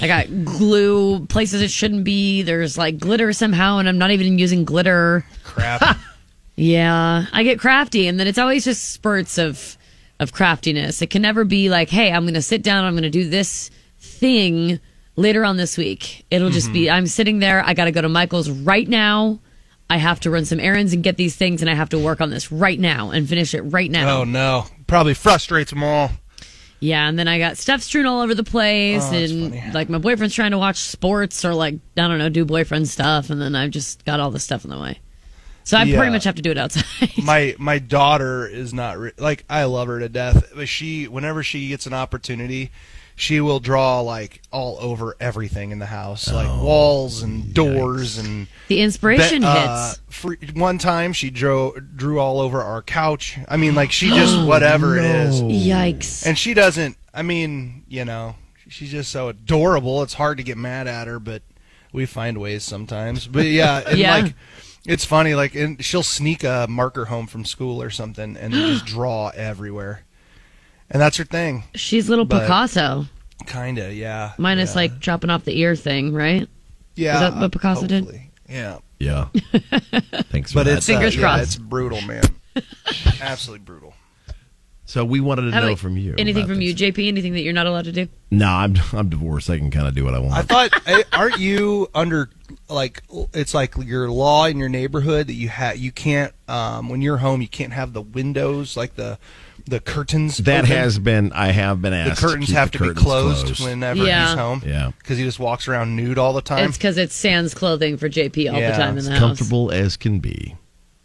I got glue places it shouldn't be. There's like glitter somehow, and I'm not even using glitter. Crap. Yeah, I get crafty, and then it's always just spurts of of craftiness. It can never be like, "Hey, I'm going to sit down. I'm going to do this thing later on this week." It'll just be, Mm-hmm. "I'm sitting there. I got to go to Michael's right now. I have to run some errands and get these things, and I have to work on this right now and finish it right now." Oh, no. Probably frustrates them all. Yeah, and then I got stuff strewn all over the place, Oh, that's and like my boyfriend's trying to watch sports or like I don't know, do boyfriend stuff, and then I've just got all this stuff in the way. So I Yeah. pretty much have to do it outside. my my daughter is not re- like I love her to death, but she whenever she gets an opportunity, she will draw like all over everything in the house, like walls and doors and The inspiration Be- hits. uh, fre- one time she drew drew all over our couch. I mean, like she just whatever it is. no. Yikes. And she doesn't. I mean, you know, she's just so adorable. It's hard to get mad at her, but we find ways sometimes. But yeah, and Yeah. like it's funny. Like, and she'll sneak a marker home from school or something, and then just draw everywhere. And that's her thing. She's little But- Picasso, Kinda, yeah. minus yeah. like dropping off the ear thing, right? Yeah, is that uh, what Picasso did? hopefully. yeah. Yeah. Thanks. For But that. it's uh, Fingers yeah, crossed. it's brutal, man. Absolutely brutal. So we wanted to How know about- from you. Anything about from you, JP? Anything that you're not allowed to do? No, I'm I'm divorced. I can kind of do what I want. I thought, eh, aren't you under like it's like your law in your neighborhood that you have you can't um, when you're home you can't have the windows like the the curtains. that open? has been I have been the asked. curtains keep have the to be curtains closed, whenever Yeah. he's home. Yeah. because he just walks around nude all the time. It's because it's sans clothing for JP all the time in As the house. comfortable as can be.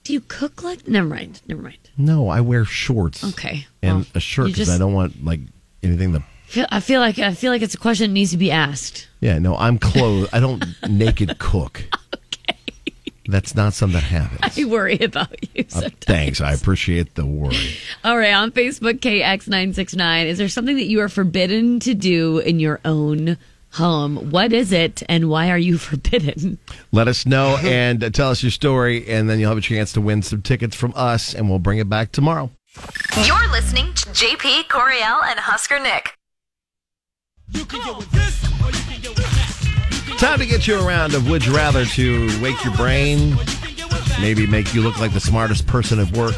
Do you cook like? Never mind. Never mind. No, I wear shorts. Okay. And Well, a shirt you because just- I don't want like anything to. I feel, I feel like I feel like it's a question that needs to be asked. Yeah, no, I'm clothed. I don't naked cook. That's not something that happens. I worry about you. Uh, thanks, I appreciate the worry. All right, on Facebook, KX969, is there something that you are forbidden to do in your own home? What is it, and why are you forbidden? Let us know and uh, tell us your story, and then you'll have a chance to win some tickets from us, and we'll bring it back tomorrow. You're listening to JP Coriel and Husker Nick. Time to get you a round of Would You Rather to wake your brain, maybe make you look like the smartest person at work,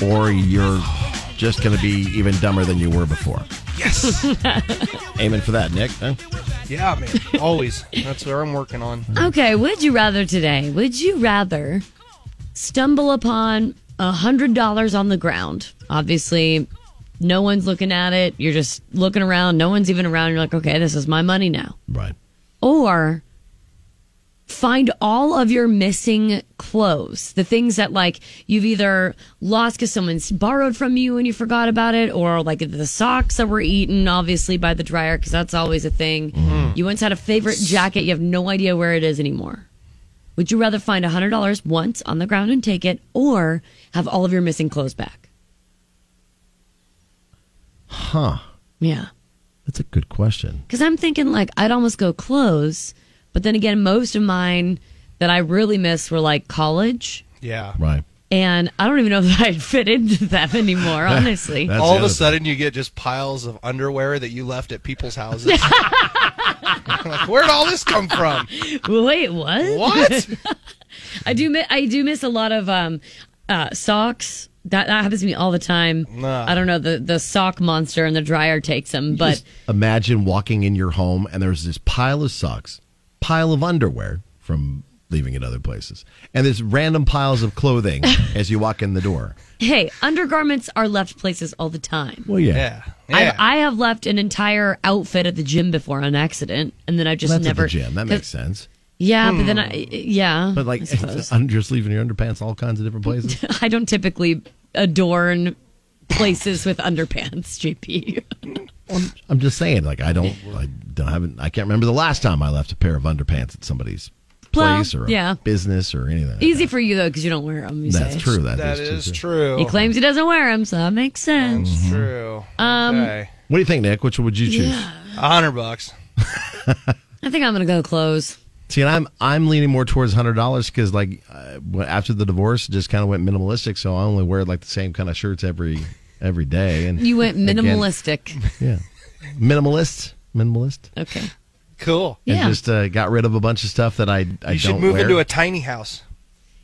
or you're just going to be even dumber than you were before. yes, Aiming for that, Nick. huh? yeah, man, always. That's what I'm working on. Okay, would you rather today? Would you rather stumble upon a hundred dollars on the ground? Obviously, no one's looking at it. You're just looking around. No one's even around. You're like, okay, this is my money now. Right. Or find all of your missing clothes, the things that like you've either lost because someone's borrowed from you and you forgot about it, or like the socks that were eaten obviously by the dryer because that's always a thing. Mhm. You once had a favorite jacket, you have no idea where it is anymore. Would you rather find $100 once on the ground and take it, or have all of your missing clothes back? Huh. Yeah. That's a good question. Because I'm thinking like I'd almost go clothes, but then again, most of mine that I really miss were like college. Yeah. Right. And I don't even know if I'd fit into them anymore, honestly. All of a sudden, you get just piles of underwear that you left at people's houses. like, where'd all this come from? Wait, what? What? I do. Mi- I do miss a lot of um, uh, socks. That, that happens to me all the time. Nah. I don't know the the sock monster and the dryer takes them, but Just imagine walking in your home and there's this pile of socks, pile of underwear from leaving at other places, and there's random piles of clothing as you walk in the door. hey, undergarments are left places all the time. Well, yeah. Yeah. I've, I have left an entire outfit at the gym before on accident, and then I've just Well, that's never. at the gym. That makes sense. Yeah, but Hmm. then I yeah. But like, I suppose. I'm just leaving your underpants all kinds of different places. I don't typically adorn places with underpants, JP. I'm just saying, like, I don't, I don't haven't, I can't remember the last time I left a pair of underpants at somebody's Well, place or a yeah. business or anything. Easy for you though, because you don't wear them. You That's say. true. that is, true. He claims he doesn't wear them, so that makes Mm. sense. That's true. Mm-hmm. Um, What do you think, Nick? Which one would you choose? Yeah. A hundred bucks. I think I'm gonna go clothes. See, and I'm I'm leaning more towards hundred dollars because like uh, when- after the divorce, it just kind of went minimalistic. So I only wear like the same kind of shirts every every day. And You went again, minimalistic. yeah, minimalist, minimalist. Okay. Cool. Yeah. And just uh, got rid of a bunch of stuff that I I You don't should move wear. into a tiny house.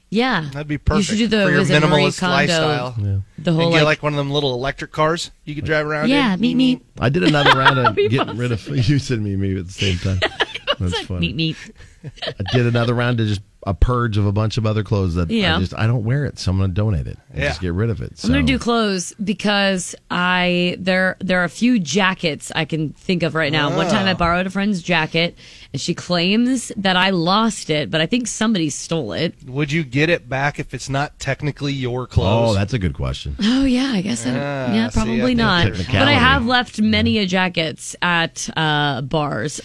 Yeah. That'd be perfect You should do the for your was it Marie minimalist Kondo, lifestyle. The whole and get like, like, one of them little electric cars you could drive around. yeah, in. meet me. I did another round of getting rid of you said me me at the same time. That's funny. Meet me. I did another round of just a purge of a bunch of other clothes that Yeah. I just I don't wear it, so I'm gonna donate it. And Yeah. Just get rid of it. So. I'm gonna do clothes because I there there are a few jackets I can think of right now. One time I Ah. borrowed a friend's jacket and she claims that I lost it, but I think somebody stole it. Would you get it back if it's not technically your clothes? Oh, that's a good question. Oh yeah, I guess. Ah, I, yeah, see, I probably think not. there's a But I have technicality. left many a jackets at uh, bars,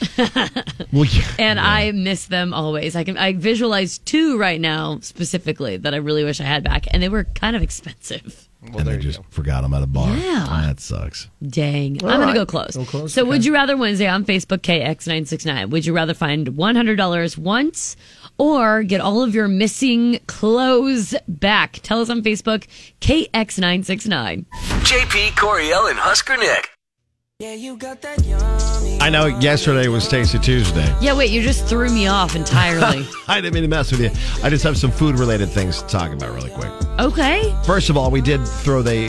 Well, yeah. and I miss them always. I can I visualize two right now specifically that I really wish I had back, and they were kind of expensive. and I just forgot I'm at a bar. Oh, Yeah. That sucks. Dang, All I'm gonna right. go close. Go close, so, okay. would you rather Wednesday on Facebook KX969? Would you rather find $100 once or get all of your missing clothes back? Tell us on Facebook KX969. JP Coriel and Husker Nick. I know yesterday was Tasty Tuesday. Yeah, wait, you just threw me off entirely. I didn't mean to mess with you. I just have some food related things to talk about really quick. okay. First of all, we did throw the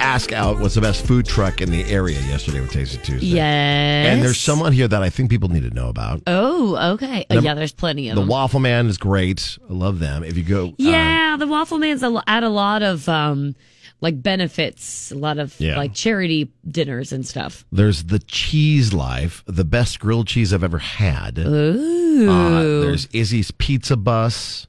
ask out what's the best food truck in the area yesterday with Tasty Tuesday. Yes. And there's someone here that I think people need to know about. Oh, okay. Oh, Number- yeah, there's plenty of The them. Waffle Man is great. I love them. If you go, uh, yeah, the Waffle Man's a, lo- at a lot of um, like benefits, a lot of Yeah. like charity dinners and stuff. there's the Cheese Life, the best grilled cheese I've ever had. Ooh. Uh, there's Izzy's Pizza Bus,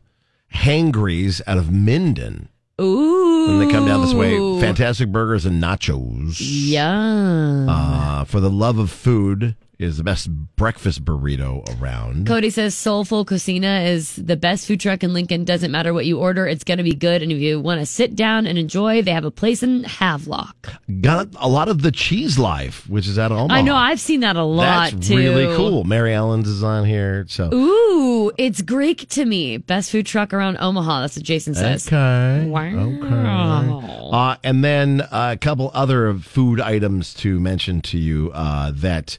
Hangries out of Minden. Ooh. When they come down this way, fantastic burgers and nachos. Yum. Uh, for the love of food is the best breakfast burrito around. Cody says Soulful Cucina is the best food truck in Lincoln. Doesn't matter what you order, it's going to be good. And if you want to sit down and enjoy, they have a place in Havelock. Got a lot of the Cheese Life, which is out of Omaha. I know, I've seen that a lot That's too. really cool. Mary Ellen's is on here. So Ooh, it's Greek to me. Best food truck around Omaha. That's what Jason says. Okay. Wow. Uh, and then uh, a couple other food items to mention to you uh, that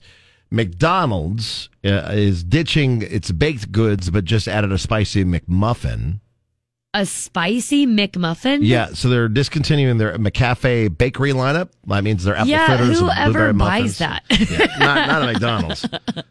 McDonald's uh, is ditching its baked goods, but just added a spicy McMuffin. A spicy McMuffin? Yeah, so they're discontinuing their McCafe bakery lineup. That means their apple yeah, fritters and blueberry whoever buys muffins. that? not, not a McDonald's.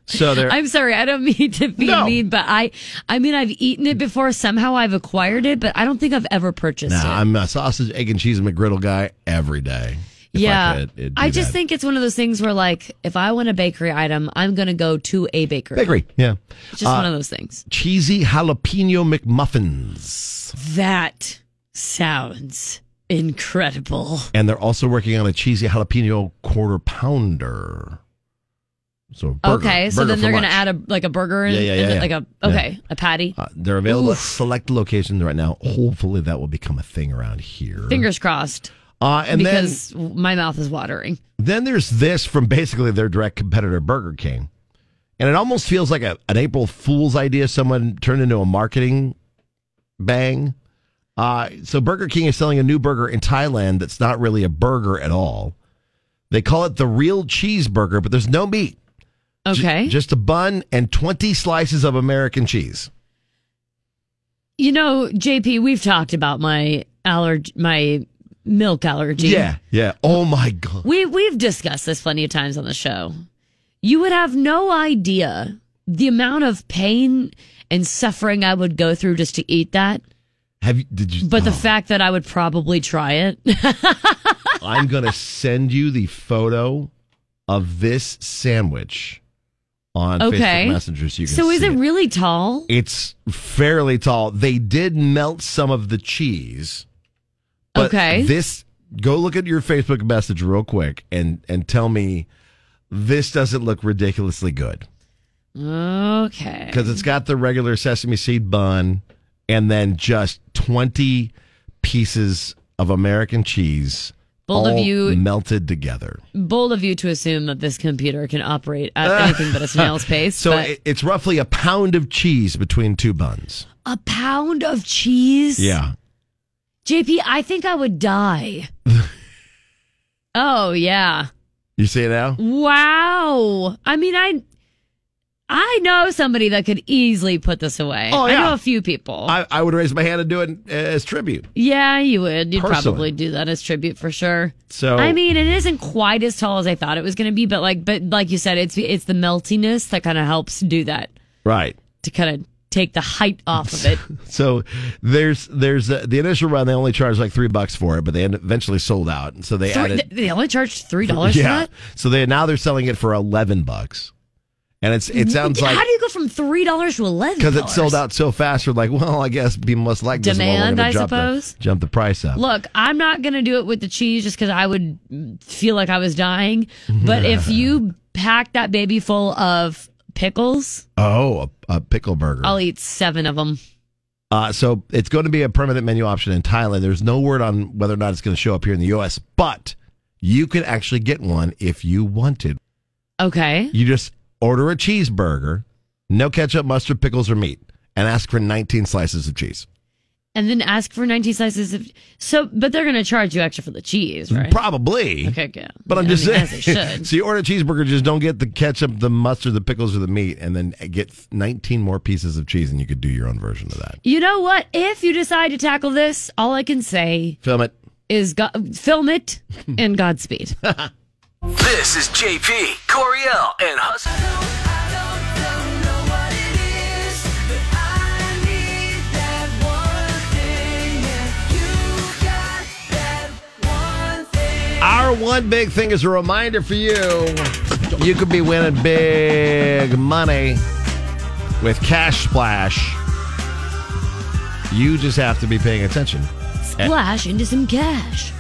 So they're I'm sorry, I don't mean to be mean, but I I mean I've eaten it before. Somehow I've acquired it, but I don't think I've ever purchased nah, it. I'm a sausage, egg, and cheese McGriddle guy every day. If I yeah. could, it'd I do just that. think it's one of those things where like if I want a bakery item, I'm gonna go to a bakery. bakery. Uh, Yeah, Just one of those things. Cheesy jalapeno McMuffins. That sounds incredible. And they're also working on a cheesy jalapeno quarter pounder. So burger- okay, so burger then for they're gonna lunch. add a like a burger and, Yeah, yeah, yeah, and yeah. like a okay, a patty. Uh, they're available at Oof. select locations right now. Hopefully, that will become a thing around here. Fingers crossed. Uh, and then- because my mouth is watering. Then there's this from basically their direct competitor, Burger King. And it almost feels like a, an April Fool's idea someone turned into a marketing bang. Uh, so Burger King is selling a new burger in Thailand that's not really a burger at all. They call it the real cheeseburger, but there's no meat. Okay. just a bun and 20 slices of American cheese. You know, JP, we've talked about my allergy, my milk allergy. Yeah, yeah. Oh my god. We we've discussed this plenty of times on the show. You would have no idea the amount of pain and suffering I would go through just to eat that. Have you did you Oh. But the fact that I would probably try it. I'm going to send you the photo of this sandwich on okay. Facebook Messenger so you can so is see it really tall? It's fairly tall. They did melt some of the cheese. But Okay. This go look at your Facebook message real quick and and tell me this doesn't look ridiculously good Okay. because it's got the regular sesame seed bun and then just 20 pieces of American cheese Bold of all you- melted together. Bold of you to assume that this computer can operate at anything but a snail's pace. So but it- it's roughly a pound of cheese between two buns. a pound of cheese. Yeah. JP, I think I would die. oh yeah. You see it now? Wow. I mean, I I know somebody that could easily put this away. Oh, I yeah. know a few people. I, I would raise my hand and do it as tribute. yeah, you would. You'd Personally. probably do that as tribute for sure. So I mean, it isn't quite as tall as I thought it was going to be, but like, but like you said, it's it's the meltiness that kind of helps do that right. to kind of take the height off of it. So there's there's uh, the initial run. They only charged like three bucks for it, but they end- eventually sold out. And so they Three- added they only charged three dollars yeah. for So they now they're selling it for eleven bucks, and it's that. it sounds like how do you go from three dollars to eleven? because it sold out so fast. We're like, well, I guess people must like this more. We're Demand, gonna I jump the- suppose. jump the price up. Look, I'm not going to do it with the cheese just because I would feel like I was dying. But if you pack that baby full of pickles, Oh, a, a pickle burger. I'll eat seven of them. Uh, so it's going to be a permanent menu option in Thailand. There's no word on whether or not it's going to show up here in the U.S., but you can actually get one if you wanted. Okay. You just order a cheeseburger, no ketchup, mustard, pickles, or meat, and ask for 19 slices of cheese. And then ask for 19 slices of. So, but they're going to charge you extra for the cheese, right? Probably. Okay, good. But I'm Yeah, I just mean, as they saying. should. so you order a cheeseburger, just don't get the ketchup, the mustard, the pickles, or the meat, and then get 19 more pieces of cheese, and you could do your own version of that. You know what? If you decide to tackle this, all I can say Film it. is go- film it and Godspeed. This is JP, Coriel, and Hus. Our one big thing is a reminder for you you could be winning big money with Cash Splash. You just have to be paying attention. And- Splash into some cash.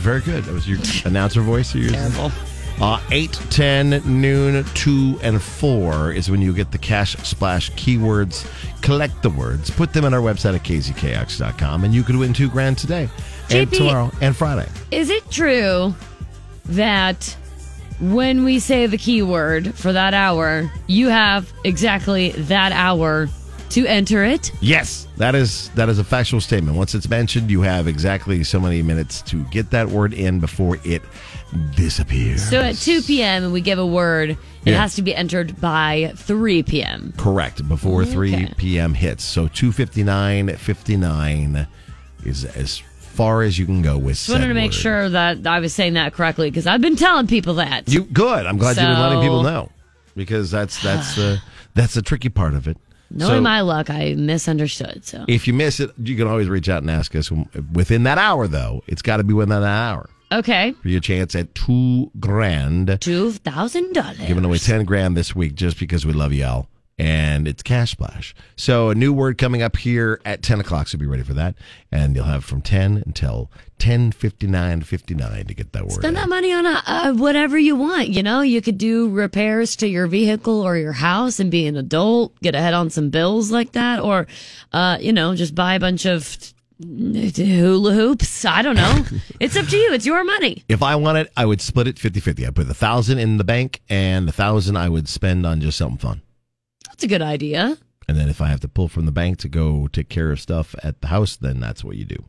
Very good. That was your announcer voice. You're Terrible. Uh, 8, 10, noon, 2, and 4 is when you get the cash splash keywords. Collect the words, put them on our website at kzkx.com, and you could win two grand today and JP. tomorrow and Friday. Is it true that when we say the keyword for that hour, you have exactly that hour to enter it? Yes, that is that is a factual statement. Once it's mentioned, you have exactly so many minutes to get that word in before it disappears. So at 2 p.m., we give a word, it Yeah. has to be entered by 3 p.m. Correct. Before Mm-hmm. 3 Okay. p.m. hits. So 259 59 is as far as you can go with Just wanted said to make word. sure that I was saying that correctly because I've been telling people that. You good. I'm glad you've been letting So- people know because that's that's the that's the tricky part of it. Knowing So my luck, I misunderstood. So if you miss it, you can always reach out and ask us within that hour though. It's got to be within that hour okay, for your chance at 2 grand. two thousand dollars. giving away 10 grand this week just because we love y'all and it's cash splash so a new word coming up here at 10 o'clock so be ready for that and you'll have from 10 until 10 59 59 to get that word Spend that money on a, uh, whatever you want. You know, you could do repairs to your vehicle or your house and be an adult, get ahead on some bills like that, or, uh, you know, just buy a bunch of hula hoops. I don't know. it's up to you. It's your money. if i want it i would split it 50 50 i put a thousand in the bank and the thousand i would spend on just something fun That's a good idea. And then if I have to pull from the bank to go take care of stuff at the house, then that's what you do.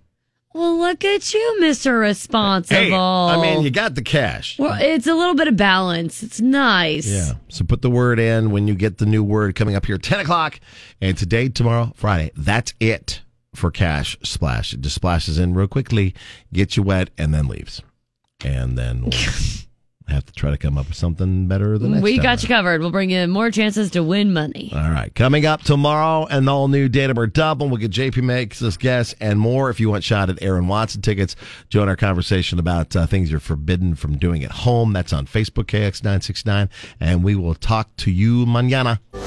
Well, look at you, Mr. Responsible. Hey, I mean, you got the cash. well, it's a little bit of balance. It's nice. Yeah. So put the word in when you get the new word coming up here, 10 o'clock. And today, tomorrow, Friday, that's it for Cash Splash. It just splashes in real quickly, gets you wet, and then leaves. And then we'll have to try to come up with something better the next We time. got you covered. We'll bring you more chances to win money. All right. Coming up tomorrow, an all new Datum or Double. We'll get JP Makes Us Guess and more. If you want shot at Aaron Watson tickets, join our conversation about uh, things you're forbidden from doing at home. That's on Facebook, KX969. And we will talk to you manana. Uh,